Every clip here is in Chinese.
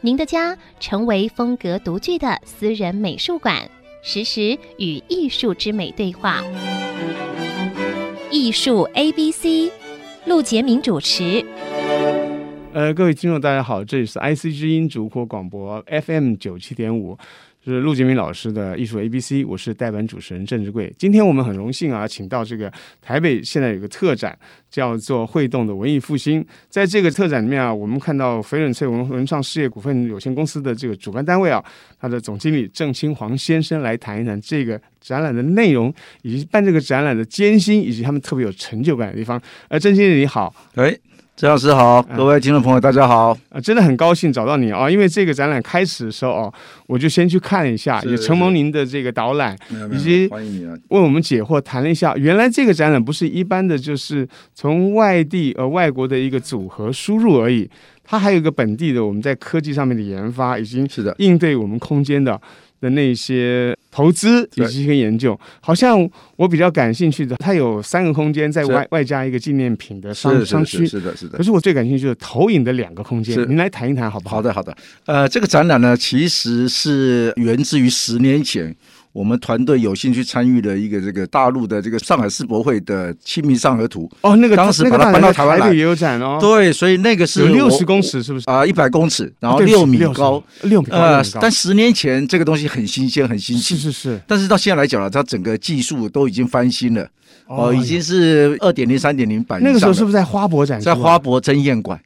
您的家成为风格独具的私人美术馆，实时与艺术之美对话。艺术 A B C，陆杰明主持。呃，各位听众，大家好，这里是 IC 之音主播广播 FM 九七点五，是陆杰明老师的艺术 ABC，我是代班主持人郑志贵。今天我们很荣幸啊，请到这个台北现在有个特展，叫做“会动的文艺复兴”。在这个特展里面啊，我们看到翡冷翠文文创事业股份有限公司的这个主办单位啊，它的总经理郑清煌先生来谈一谈这个展览的内容，以及办这个展览的艰辛，以及他们特别有成就感的地方。呃，郑经理你好。哎，郑老师好，各位听众朋友，大家好。啊，真的很高兴找到你啊、因为这个展览开始的时候哦，我就先去看一下，是也是承蒙您的这个导览，没有以及欢迎你啊！为我们解惑，谈了一下，原来这个展览不是一般的，就是从外地呃外国的一个组合输入而已，它还有一个本地的我们在科技上面的研发，以及是的，应对我们空间的的那些投资以对及一些研究。好像我比较感兴趣的，它有三个空间，在是外外加一个纪念品的是商商是区是。是的，是的可。是我最感兴趣的投影的两个空间是，您来谈一谈好不好的，好的。呃，这个展览呢，其实是源自于十年前我们团队有幸去参与的一个这个大陆的这个上海世博会的《清明上河图哦，那个当时那个把它搬到台湾来北也有展哦》。，对，所以那个是有六十我公尺是不是？啊，一百公尺，然后对不起六米60高。，六米高，六呃米，高但十年前这个东西很新鲜，很新是奇。是是，但是到现在来讲了，它整个技术都已经翻新了，哦，已经哎是二点零、三点零版以那个时候上是不了是在花博展出在啊？花博争艳馆？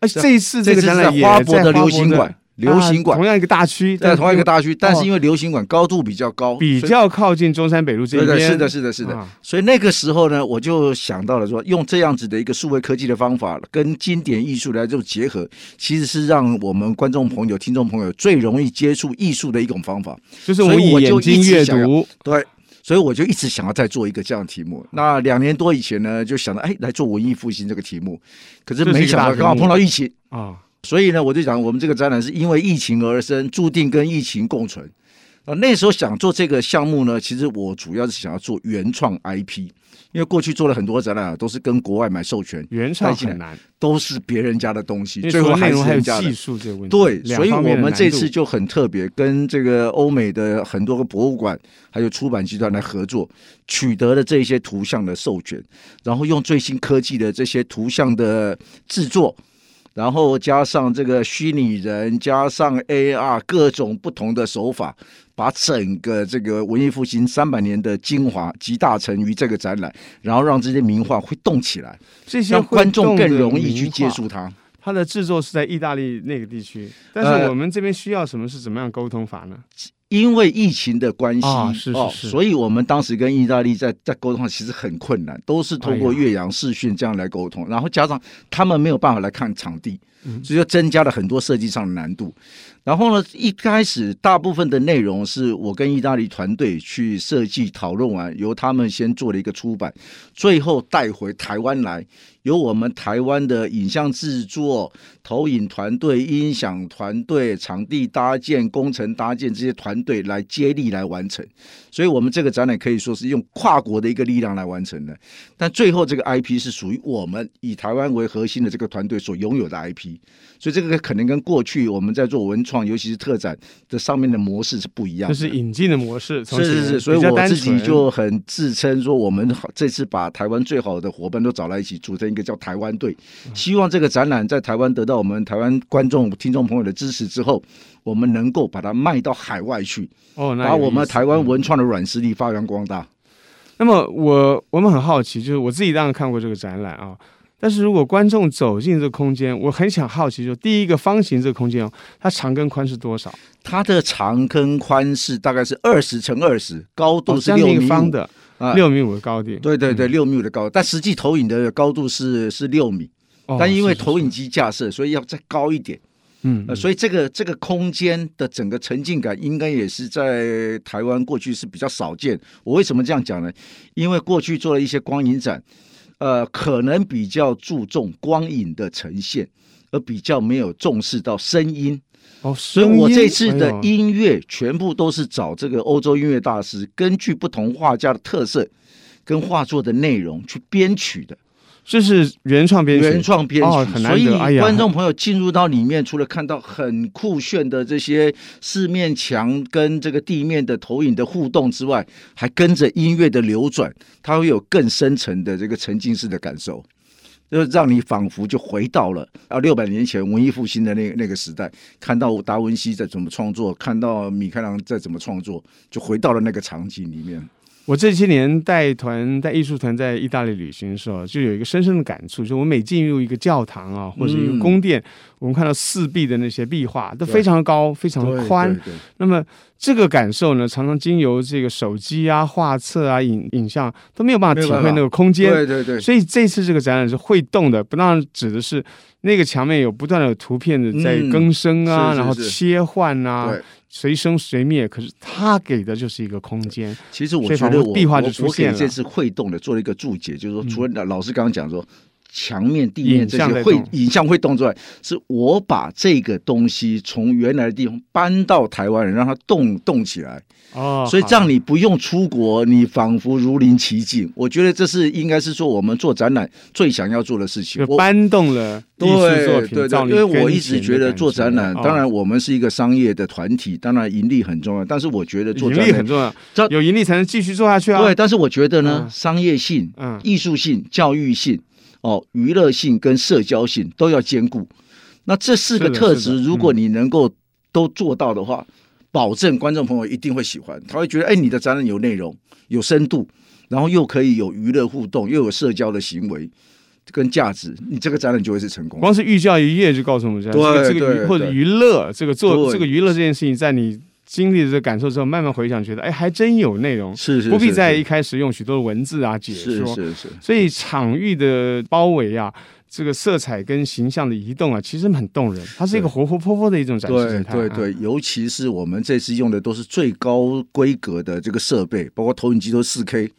哎，这一次这个次是展览也花在博的流行的馆，流行啊同馆样一个大区，在同样一个大区，但哦是因为流行馆高度比较高，比所以较靠近中山北路这对一的，边，是的，是的，是的。啊所以那个时候呢，我就想到了说，用这样子的一个数位科技的方法，跟经典艺术来做结合，其实是让我们观众朋友、听众朋友最容易接触艺术的一种方法。就是我们以所以我眼就睛一直阅想要读，对。所以我就一直想要再做一个这样的题目。那两年多以前呢，就想到哎来做文艺复兴这个题目，可是这是一没个想大到题刚好目碰到疫情，啊，所以呢，我就讲我们这个展览是因为疫情而生，注定跟疫情共存。啊，那时候想做这个项目呢，其实我主要是想要做原创 IP，因为过去做了很多展览啊，都是跟国外买授权，原创带进来很难，都是别人家的东西，因为最除后了内还是容还有人家技的。术这个问题，对，两所以方我面的们难这度次就很特别，跟这个欧美的很多个博物馆还有出版集团来合作，取得了这些图像的授权，然后用最新科技的这些图像的制作，然后加上这个虚拟人，加上 AR 各种不同的手法，把整个这个文艺复兴三百年的精华集大成于这个展览，然后让这些名画会动起来，这些让会观众动更的容易去名接画触它。它的制作是在意大利那个地区，但是呃我们这边需要什么是怎么样沟通法呢？因为疫情的关系，啊是是哦是所以我们当时跟意大利在在沟通上其实很困难，都是通过哎呀岳阳视讯这样来沟通，然后加上他们没有办法来看场地，嗯所以就增加了很多设计上的难度。然后呢，一开始大部分的内容是我跟意大利团队去设计讨论完，由他们先做了一个出版，最后带回台湾来，由我们台湾的影像制作、投影团队、音响团队、场地搭建、工程搭建这些团队来接力来完成。所以，我们这个展览可以说是用跨国的一个力量来完成的。但最后，这个 IP 是属于我们以台湾为核心的这个团队所拥有的 IP，所以这个可能跟过去我们在做文创，尤其是特展这上面的模式是不一就样的。是引进的模式，从是是前是，所以比较我单自己纯就很自称说，我们好这次把台湾最好的伙伴都找来一起，组成一个叫台湾队，嗯希望这个展览在台湾得到我们台湾观众、听众朋友的支持之后，我们能够把它卖到海外去，哦，那把有我们意思台湾嗯文创的软实力发扬光大。那么我我们很好奇，就是我自己当然看过这个展览啊，但是如果观众走进这个空间，我很想好奇，就第一个方形这个空间哦，它长跟宽是多少？它的长跟宽是大概是二十乘二十，高度哦是将六近米一个五方的，嗯啊，六米五的高度。对对对，六米五的高，但实际投影的高度是是六米，哦，但因为投是影机架设，所以要再高一点。嗯，呃，所以这个这个空间的整个沉浸感，应该也是在台湾过去是比较少见。我为什么这样讲呢？因为过去做了一些光影展，呃，可能比较注重光影的呈现，而比较没有重视到声音。哦，哎所所以我这次的音乐全部都是找这个欧洲音乐大师，根据不同画家的特色跟画作的内容去编曲的。这是原创编曲，原创编曲，哦很难所以得哎呀观众朋友进入到里面，除了看到很酷炫的这些四面墙跟这个地面的投影的互动之外，还跟着音乐的流转，它会有更深层的这个沉浸式的感受。就是让你仿佛就回到了啊六百年前文艺复兴的那那个时代，看到达文西在怎么创作，看到米开朗在怎么创作，就回到了那个场景里面。我这些年带团带艺术团在意大利旅行的时候，就有一个深深的感触，就我每进入一个教堂嗯啊，或者一个宫殿，我们看到四壁的那些壁画都对非常的高，非常的对宽。对对那么这个感受呢，常常经由这个手机啊、画册啊、影影像都没有办法体没有办会法那个空间。对对对，所以这次这个展览是会动的，不但指的是那个墙面有不断的有图片的在嗯更生啊，是是然后是切换啊，对。随生随灭。可是它给的就是一个空间。其实我所以觉仿得佛我壁画我就出我现给了嗯这次会动的做了一个注解，就是说，除了老师刚刚讲说墙面、地影面这像在些会动影像会动之外，是我把这个东西从原来的地方搬到台湾人，让它动动起来，哦，所以好这样你不用出国，你仿佛如临其境。我觉得这是应该是说我们做展览最想要做的事情就。我搬动了艺对术作品，对造你对，因为我一跟前的直觉得感做展览，哦当然我们是一个商业的团体，当然盈利很重要，但是我觉得做盈展利览很重要这，有盈利才能继续做下去啊。对，，但是我觉得呢，嗯商业性、嗯艺术性、教育性、哦，娱乐性跟社交性都要兼顾。那这四个是的特是的嗯质，如果你能够都做到的话，保证观众朋友一定会喜欢，他会觉得，哎，你的展览有内容、有深度，然后又可以有娱乐互动，又有社交的行为跟价值，你这个展览就会是成功的。光是寓教于乐就告诉我们这样，对这个这个娱对或者对娱乐，这个做对这个娱乐这件事情，在你经历了这个感受之后，慢慢回想，觉得哎，还真有内容，是是，不必是在一是开始用许多的文字啊解是说。是是，所以场域的包围啊，这个色彩跟形象的移动啊，其实很动人，它是一个对活活泼泼的一种展示对形态啊对对，尤其是我们这次用的都是最高规格的这个设备，包括投影机都四 K。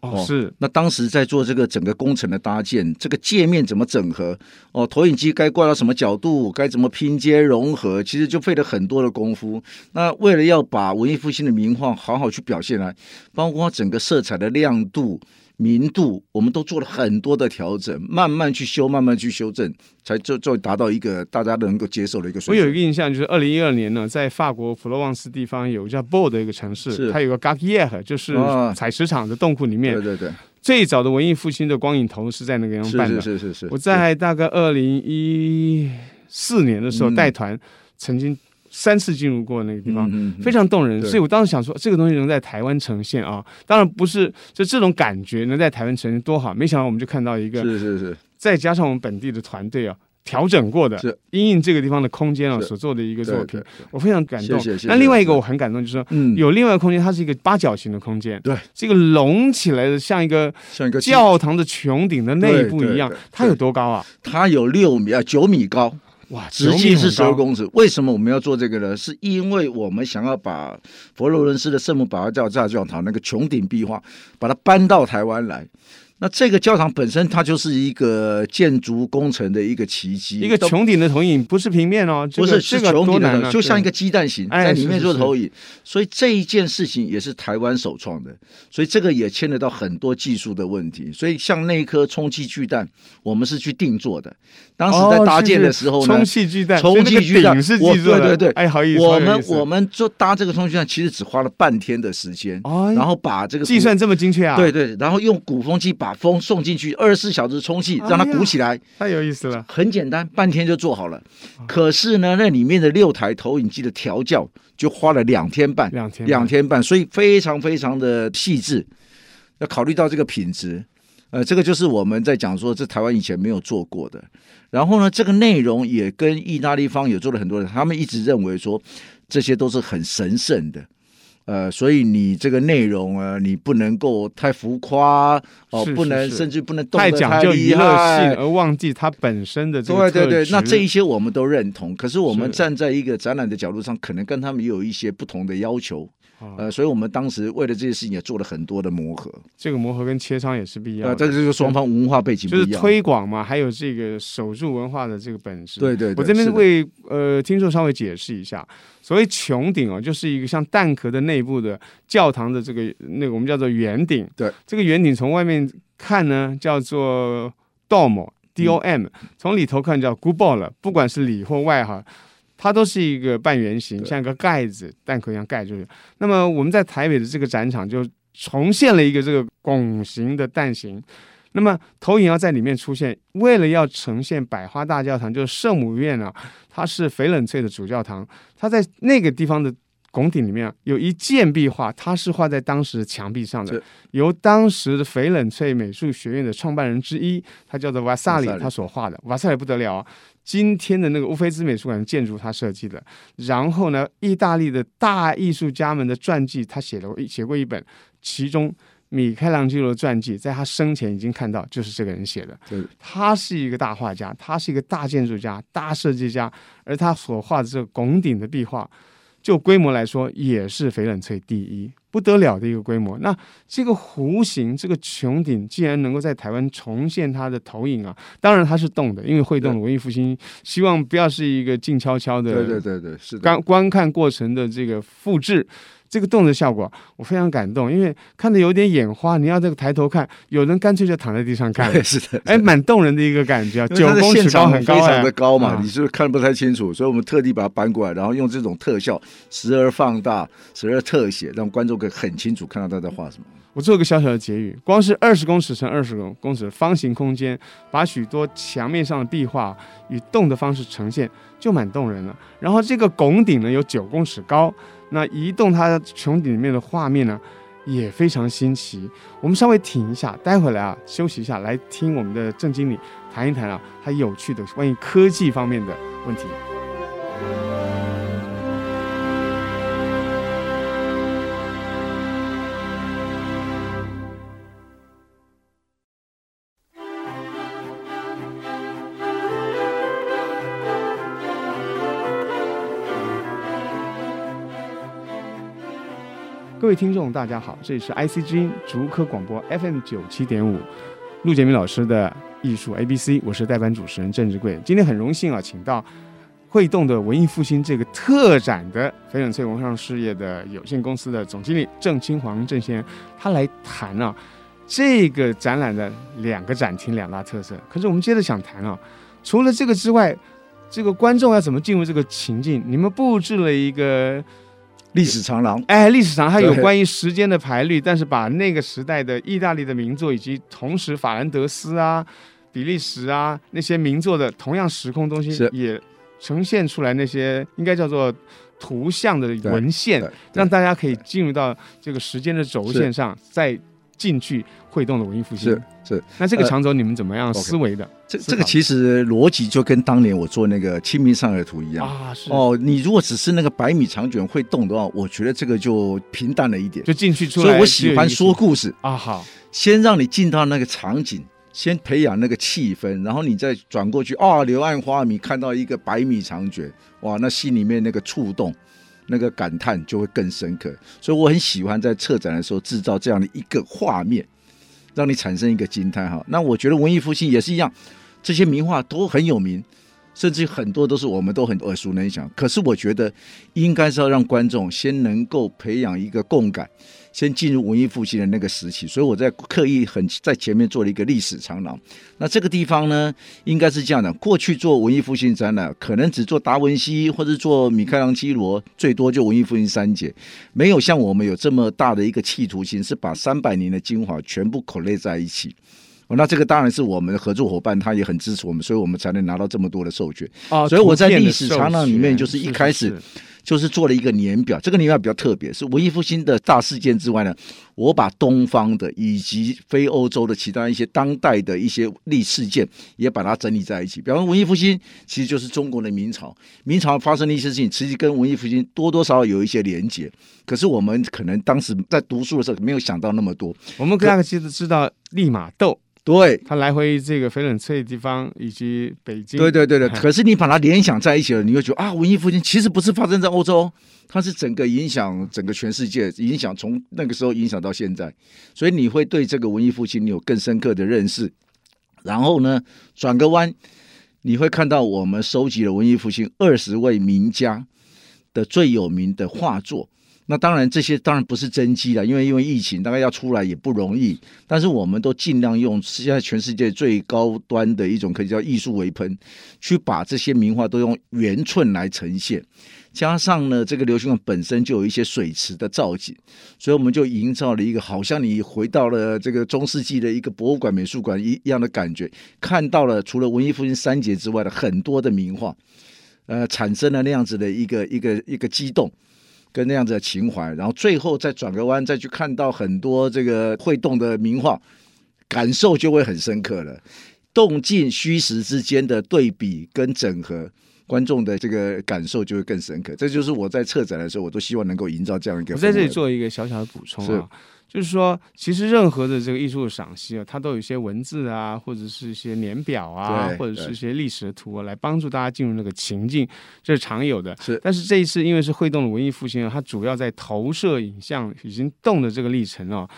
哦哦是那当时在做这个整个工程的搭建，这个界面怎么整合？哦，投影机该挂到什么角度，该怎么拼接融合，其实就费了很多的功夫。那为了要把文艺复兴的名画好好去表现来，包括整个色彩的亮度。明度，我们都做了很多的调整，慢慢去修，慢慢去修正，才就就达到一个大家能够接受的一个我水有一准。个印象，就是二零一二年呢，在法国普罗旺斯地方有个叫 b o 的一个城市，是它有个 g a g i e r 就是啊采石场的洞窟里面，对对对，最早的文艺复兴的光影头是在那个地方办的。是是是是是，我在大概二零一四年的时候嗯带团，曾经三次进入过那个地方。嗯嗯非常动人，对所以我当时想说，这个东西能在台湾呈现啊，当然不是就这种感觉能在台湾呈现多好。没想到我们就看到一个是是是，再加上我们本地的团队啊，调整过的是，因应这个地方的空间啊是所做的一个对作品对，对我非常感动谢谢谢。谢那另外一个我很感动，就是说嗯，有另外一个空间，它是一个八角形的空间，对，这个隆起来的像一个像一个教堂的穹顶的内部一样对对对，它有多高啊？它有六米啊九米高，哇，直径是十九米二很高，公尺。为什么我们要做这个呢？是因为我们想要把佛罗伦斯的圣母百花教大教堂那个穹顶壁画，把它搬到台湾来。那这个教堂本身它就是一个建筑工程的一个奇迹，一个都穹顶的投影不是平面哦，这不个是这个是穹多顶难的，啊，就像一个对鸡蛋形，哎在里面是做是投影，所以这一件事情也是台湾首创的，所以这个也牵扯到很多技术的问题。所以像那一颗充气巨蛋，我们是去定做的，当时在哦搭是建的是时候呢，充气巨蛋，充气巨蛋所以那个顶是我记住的，对对对哎，好意思，我好有们意思我们做搭这个充气巨蛋，其实只花了半天的时间，哎然后把这个计古算这么精确啊，对，对，然后用鼓风机把风送进去，二十四小时充气，让它哎呀鼓起来。太有意思了。很简单，半天就做好了。可是呢，那里面的六台投影机的调教就花了两天半，两天半两天半，所以非常非常的细致，要考虑到这个品质。呃，这个就是我们在讲说，这台湾以前没有做过的。然后呢，这个内容也跟意大利方也做了很多人，他们一直认为说这些都是很神圣的。呃，所以你这个内容啊，你不能够太浮夸哦，是不是能是甚至不能动太得讲究厉娱乐性，害。而忘记它本身的这个对对对，那这一一些我们都认同，可是我们是站在一个展览的角度上，可能跟他们也有一些不同的要求，啊呃，所以我们当时为了这些事情也做了很多的磨合，这个磨合跟切伤也是必要呃，的，这个就是双方文化背景不就是一样，推广嘛，还有这个守住文化的这个本质。对对我对这是边的为呃听众稍微解释一下，所谓穹顶哦，就是一个像蛋壳的内部的教堂的这个那个我们叫做圆顶。对，这个圆顶从外面看呢叫做 dom d o m，、从里头看叫 g u b o 了，不管是里或外哈。它都是一个半圆形，对像个盖子，蛋壳一样盖住。那么我们在台北的这个展场就重现了一个这个拱形的蛋形，那么投影要在里面出现，为了要呈现百花大教堂，就是圣母院啊，它是翡冷翠的主教堂，它在那个地方的拱顶里面啊，有一件壁画，它是画在当时的墙壁上的是，由当时的翡冷翠美术学院的创办人之一，他叫做瓦萨里瓦萨，里他所画的。瓦萨里不得了啊！今天的那个乌菲兹美术馆的建筑，他设计的。然后呢，意大利的大艺术家们的传记，他写了写过一本，其中米开朗基罗的传记，在他生前已经看到，就是这个人写的对。他是一个大画家，他是一个大建筑家、大设计家，而他所画的这个拱顶的壁画，就规模来说也是翡冷翠第一，不得了的一个规模。那这个弧形、这个穹顶，既然能够在台湾重现它的投影啊，当然它是动的，因为会动的文艺复兴，希望不要是一个静悄悄的对对对对，是的，观观看过程的这个复制，这个动的效果，我非常感动，因为看的有点眼花。你要这个抬头看，有人干脆就躺在地上看，对是的， 哎，蛮动人的一个感觉啊，因为九它的公现尺高场很非高哎常的高嘛，啊你是不是看不太清楚？所以我们特地把它搬过来，然后用这种特效，时而放大，时而特写，让观众可以很清楚看到他在画什么。我做个小小的结语，光是二十公尺乘二十公尺的方形空间，把许多墙面上的壁画以动的方式呈现，就蛮动人了。然后这个拱顶呢有九公尺高，那移动它的穹顶里面的画面呢也非常新奇。我们稍微停一下，待会来啊休息一下，来听我们的郑经理谈一谈啊他有趣的关于科技方面的问题。各位听众，大家好，这里是 IC 之音竹科广播 FM 九七点五，陆建明老师的艺术 ABC，我是代班主持人郑志贵。今天很荣幸啊，请到会动的文艺复兴这个特展的翡冷翠文创事业的有限公司的总经理郑清煌郑先生，他来谈啊这个展览的两个展厅两大特色。可是我们接着想谈啊，除了这个之外，这个观众要怎么进入这个情境？你们布置了一个历史长廊，哎，历史上它有对关于时间的排律，但是把那个时代的意大利的名作，以及同时法兰德斯啊、比利时啊那些名作的同样时空东西是，也呈现出来那些应该叫做图像的文献对，让对大家可以进入到这个时间的轴线上，再进去会动的文艺复兴是。是，那这个呃长轴你们怎么样 OK 思维的这思这个考其实逻辑就跟当年我做那个《清明上河图》一样。啊？是哦，你如果只是那个百米长卷会动的话，我觉得这个就平淡了一点。就进去出来所只有一以个，我喜欢说故事，啊，好，先让你进到那个场景，先培养那个气氛，然后你再转过去啊，柳暗花明，看到一个百米长卷，哇，那心里面那个触动。那个感叹就会更深刻，所以我很喜欢在策展的时候制造这样的一个画面，让你产生一个惊叹哈。那我觉得文艺复兴也是一样，这些名画都很有名，甚至很多都是我们都很耳熟能详。可是我觉得应该是要让观众先能够培养一个共感，先进入文艺复兴的那个时期，所以我在刻意很在前面做了一个历史长廊。那这个地方呢，应该是这样的：过去做文艺复兴展览，可能只做达文西或者做米开朗基罗，最多就文艺复兴三杰，没有像我们有这么大的一个企图心，是把三百年的精华全部 collate 在一起。哦那这个当然是我们的合作伙伴，他也很支持我们，所以我们才能拿到这么多的授权。哦，所以我在图片的历史授长廊里面权就是一开始是是其就是做了一个年表。这个年表比较特别，是文艺复兴的大事件之外呢，我把东方的以及非欧洲的其他一些当代的一些历事件也把它整理在一起。比方说文艺复兴其实就是中国的明朝，明朝发生的一些事情，其实跟文艺复兴多多少少有一些连结。可是我们可能当时在读书的时候没有想到那么多。我们大概知知道利玛窦，对，它来回这个翡冷翠地方以及北京，对对对对，哎可是你把它联想在一起了，你会觉得啊，文艺复兴其实不是发生在欧洲，它是整个影响整个全世界，影响从那个时候影响到现在，所以你会对这个文艺复兴你有更深刻的认识。然后呢，转个弯，你会看到我们收集了文艺复兴二十位名家的最有名的画作。那当然，这些当然不是真迹了，因为因为疫情，大概要出来也不容易。但是我们都尽量用现在全世界最高端的一种可以叫艺术为喷，去把这些名画都用圆寸来呈现。加上呢，这个流行馆本身就有一些水池的造景，所以我们就营造了一个好像你回到了这个中世纪的一个博物馆、美术馆一一样的感觉，看到了除了文艺复兴三杰之外的很多的名画，呃，产生了那样子的一个一个一个激动。跟那样子的情怀，然后最后再转个弯，再去看到很多这个会动的名画，感受就会很深刻了。动静虚实之间的对比跟整合，观众的这个感受就会更深刻。这就是我在策展的时候，我都希望能够营造这样一个。我在这里，做一个小小的补充是啊，就是说，其实任何的这个艺术赏析啊，它都有一些文字啊，或者是一些年表啊对，或者是对一些历史的图、啊、来帮助大家进入那个情境，这是常有的。是但是这一次因为是会动的文艺复兴啊，它主要在投射影像已经动的这个历程啊。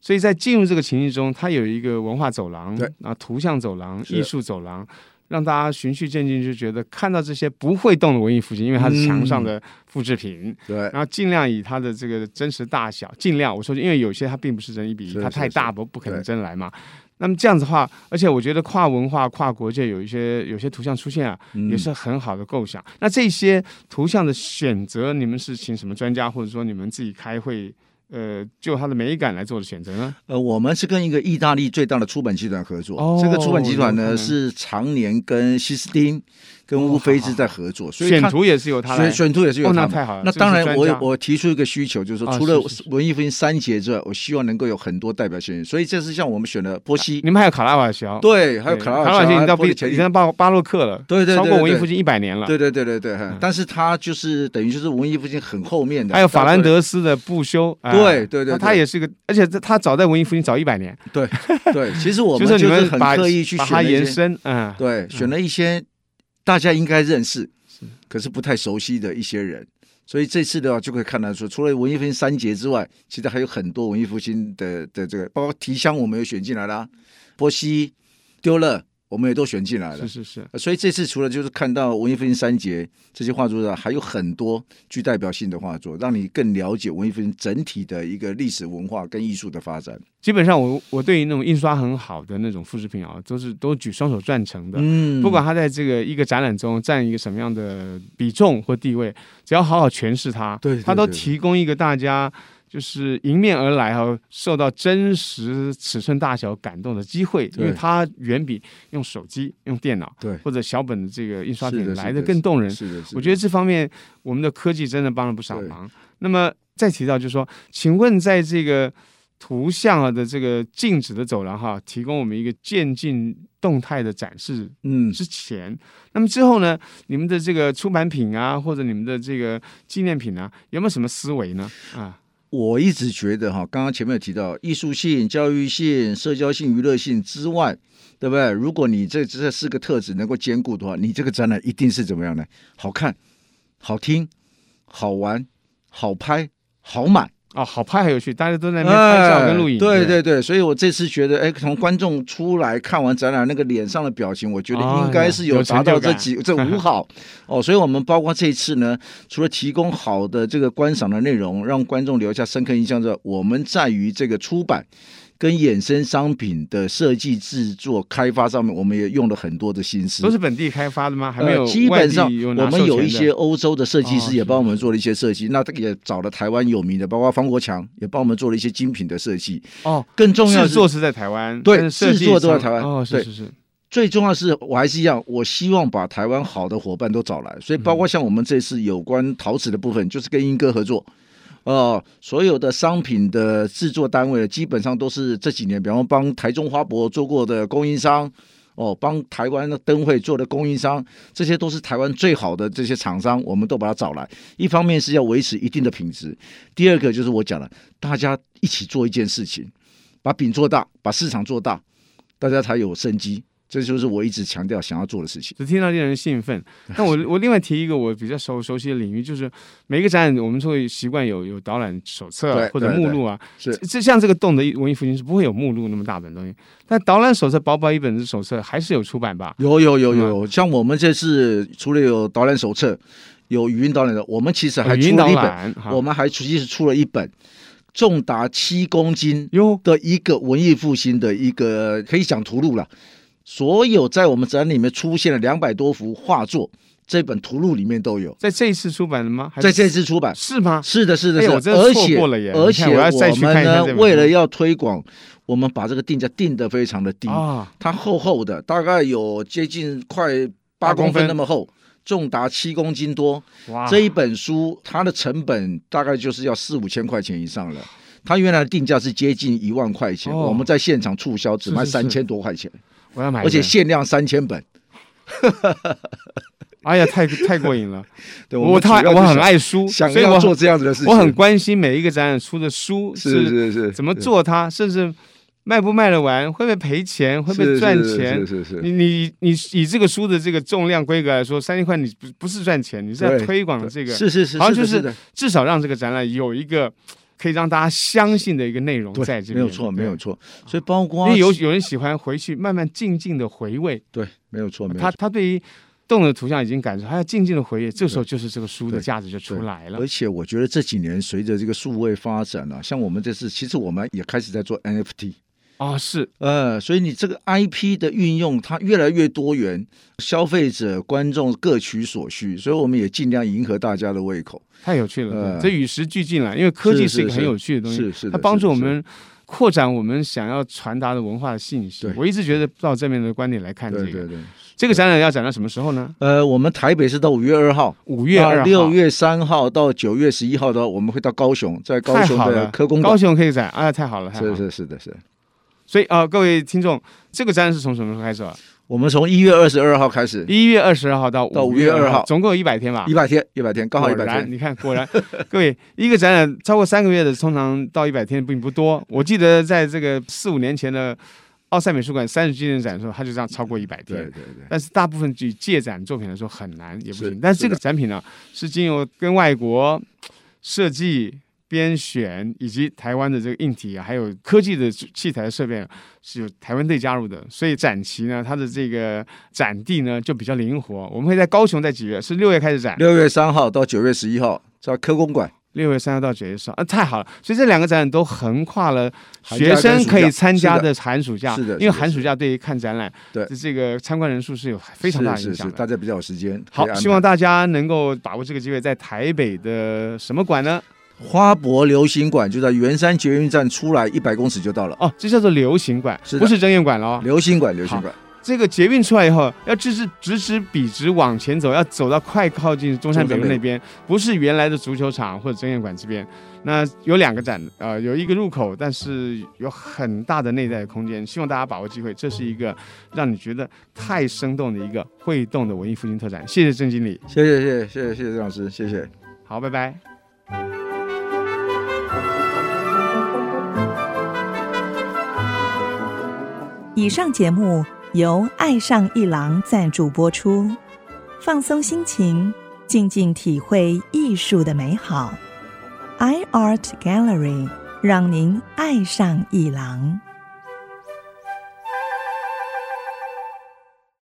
所以在进入这个情境中，它有一个文化走廊对，啊，图像走廊、是艺术走廊，让大家循序渐进，就觉得看到这些不会动的文艺复兴，因为它是墙上嗯的复制品，对然后尽量以它的这个真实大小，尽量我说，因为有些它并不是真一比一，是它是太大是不不可能对真来嘛。那么这样子的话，而且我觉得跨文化、跨国界有一些有些图像出现啊，嗯也是很好的构想。那这些图像的选择，你们是请什么专家，或者说你们自己开会，呃，就它的美感来做的选择呢？呃，我们是跟一个意大利最大的出版集团合作，哦这个出版集团有可能哦呢是常年跟西斯汀、跟乌菲兹在合作，所以选它图也是由它来选。选图也是有哦他那们太好了那这当是然专我有家我提出一个需求，就是啊说，除了是是是文艺复兴三杰之外，我希望能够有很多代表性。所以这次像我们选的波西，你们还有卡拉瓦乔，对，还有啊对卡拉卡拉瓦乔已经到波比利已前经到巴巴洛克了，对对对超过文艺对复兴一百年了。对对对对对，但是他就是等于就是文艺复兴很后面的，嗯还有法兰到德斯的不修，哎对对对他对他也是个，而且他他早在文艺复兴早一百年，最后，对对，其实我们是你就是们很把刻意去把选它了一延些伸，嗯，对，选了一些大家应该认识，可是不太熟悉的一些人。所以这次的话，就可以看到说，除了文艺复兴三杰之外，其实还有很多文艺复兴的的这个，包括提香我们也选进来啦，波西、丢勒我们也都选进来了是。是是。呃所以这次除了就是看到文艺复兴三杰这些画作之外，还有很多具代表性的画作，让你更了解文艺复兴整体的一个历史文化跟艺术的发展。基本上我我对于那种印刷很好的那种复制品啊，都是都举双手赞成的。嗯不管它在这个一个展览中占一个什么样的比重或地位，只要好好诠释它，对对它都对对提供一个大家就是迎面而来哈，受到真实尺寸大小感动的机会，因对为它远比用手机、用电脑对或者小本的这个印刷是品的来是的的更动人。是的，是的我觉得这方面我们的科技真的帮了不少对忙。那么再提到就是说，请问在这个图像啊的这个静止的走廊哈，提供我们一个渐进动态的展示嗯，之前，那么之后呢，你们的这个出版品啊，或者你们的这个纪念品啊，有没有什么思维呢？啊，我一直觉得哈，刚刚前面有提到艺术性、教育性、社交性、娱乐性之外，对不对？如果你这这四个特质能够兼顾的话，你这个展览一定是怎么样呢？好看、好听、好玩、好拍、好买。哦，好拍还有趣，大家都在那边拍照跟录影，哎对对对，所以我这次觉得，哎，从观众出来看完展览那个脸上的表情，我觉得应该是哎呀有达成就到这感几、这 五好哦。所以我们包括这一次呢，除了提供好的这个观赏的内容，让观众留下深刻印象之外，我们在于这个出版。跟衍生商品的设计、制作、开发上面，我们也用了很多的心思，都是本地开发的吗？还没有呃，外地基有拿授权的、本上我们有一些欧洲的设计哦师也是帮我们做了一些设计，那这个也找了台湾有名的，包括方国强也帮我们做了一些精品的设计。哦，更重要的制是作是在台湾，对但是设计制作都在厂台湾哦，是对是是，最重要的是，我还是一样，我希望把台湾好的伙伴都找来，所以包括像我们这次有关陶瓷的部分，就是跟英哥合作。呃，所有的商品的制作单位基本上都是这几年，比方帮台中花博做过的供应商，哦，帮台湾的灯会做的供应商，这些都是台湾最好的这些厂商，我们都把它找来。一方面是要维持一定的品质，第二个就是我讲了，大家一起做一件事情，把饼做大，把市场做大，大家才有生机。这就是我一直强调想要做的事情。只听到令人兴奋。那我我另外提一个我比较熟熟悉的领域，就是每个展我们都会习惯有有导览手册啊对或者对目对录啊，是这像这个动的文艺复兴是不会有目录那么大本东西，但导览手册薄薄一本的手册还是有出版吧？有有有有，像我们这次除了有导览手册，有语音导览的，我们其实还哦语音出呃了导一本，览，哈我们还其实出了一本重达七公斤哟的一个文艺复兴的一个可以讲图录了。所有在我们展里面出现了两百多幅画作，这本图录里面都有，在这一次出版了吗？还是在这次出版。是吗？是的，是的，哎是呦的，我真的而错且过了耶而你看且我要再去们看一下呢这本，书为了要推广，我们把这个定价定得非常的低，啊，它厚厚的，大概有接近快八公公分分那么厚，重达七公斤多。哇，这一本书它的成本大概就是要四五千块钱以上了。它原来的定价是接近一万块钱，哦我们在现场促销只卖是是三是千多块钱，我要买一而且本，限量三千本。哎呀，太太过瘾了！ 对，我们太主要我就很想爱书，所想以要我做很这样子的事情，我很关心每一个展览出的书是是是怎么做它，甚至卖不卖得完，会不会赔钱，会不会是赚是钱是。是是你你你以这个书的这个重量规格来说，三千块你不不是赚钱，你是要对推广这个，是是是，好像是就的是的至少让这个展览有一个可以让大家相信的一个内容对在这没边。有错对没有。错，所以包因括为有有人喜欢回去慢慢静静的回味，对没有错没有他错。他对于动的图像已经感受，他要静静的回忆，这时候就是这个书的对价值就出来了而。且我觉得这几年随着这个数位发展啊，像我们这次其实我们也开始在做 NFT，哦，是呃，所以你这个 IP 的运用，它越来越多元，消费者、观众各取所需，所以我们也尽量迎合大家的胃口。太有趣了，呃对这与时俱进了，因为科技是是一个是很是有趣的东西，是是的它帮助我是的们扩展我们想要传达的文化的信息对。我一直觉得照这面的观点来看，这对对个对。这个展览要展到什么时候呢？呃，我们台北是到五月二号，五月到二号，啊六月三号到九月十一号的，我们会到高雄，在高太雄好的了，科工高馆。雄可以展，啊，太好了，太好是了。是是的是的。所以啊、呃各位听众，这个展览是从什么时候开始啊？我们从一月二十二号开始，一月二十二号到到5 5 2 2号总共有一百天吧一。百天，一百天，刚好一百果然，天。你看，果然， 各位，一个展览超过三个月的，通常到一百天并不多。我记得在这个四五年前的奥赛美术馆三十纪念展的时候，它就这样超过一百对对天。对，但是大部分以借展作品来说很难，也不是行。但是这是个的展品呢，是经由跟外国设计、编选以及台湾的这个硬体啊，还有科技的器材设备啊，是有台湾队加入的，所以展期呢，它的这个展地呢就比较灵活。我们会在高雄，在几月？是六月开始展，六月三号到九月十一号在科工馆，六月三号到九月十号，啊，太好了！所以这两个展览都横跨了寒假学跟生暑假可以参加是的的寒暑假，是的是的因为寒暑假对于看展览，对这个参观人数是有非常大的是影是是响，大的。家比较有时间。可以好，安希排望大家能够把握这个机会，在台北的什么馆呢？花博流行馆就在圆山捷运站出来一百公尺就到了。哦，这叫做流行馆，是的不是真验馆了哦。流行馆，流行馆，这个捷运出来以后，要直直直直笔直往前走，要走到快靠近中山北路那边，不是原来的足球场或者争艳馆这边。那有两个展，呃，有一个入口，但是有很大的内在的空间，希望大家把握机会。这是一个让你觉得太生动的一个会动的文艺复兴特展。谢谢郑经理，谢谢谢谢谢谢谢谢郑老师，谢谢。好，拜拜。以上节目由爱上一郎赞助播出，放松心情，静静体会艺术的美好。iArt Gallery 让您爱上一郎。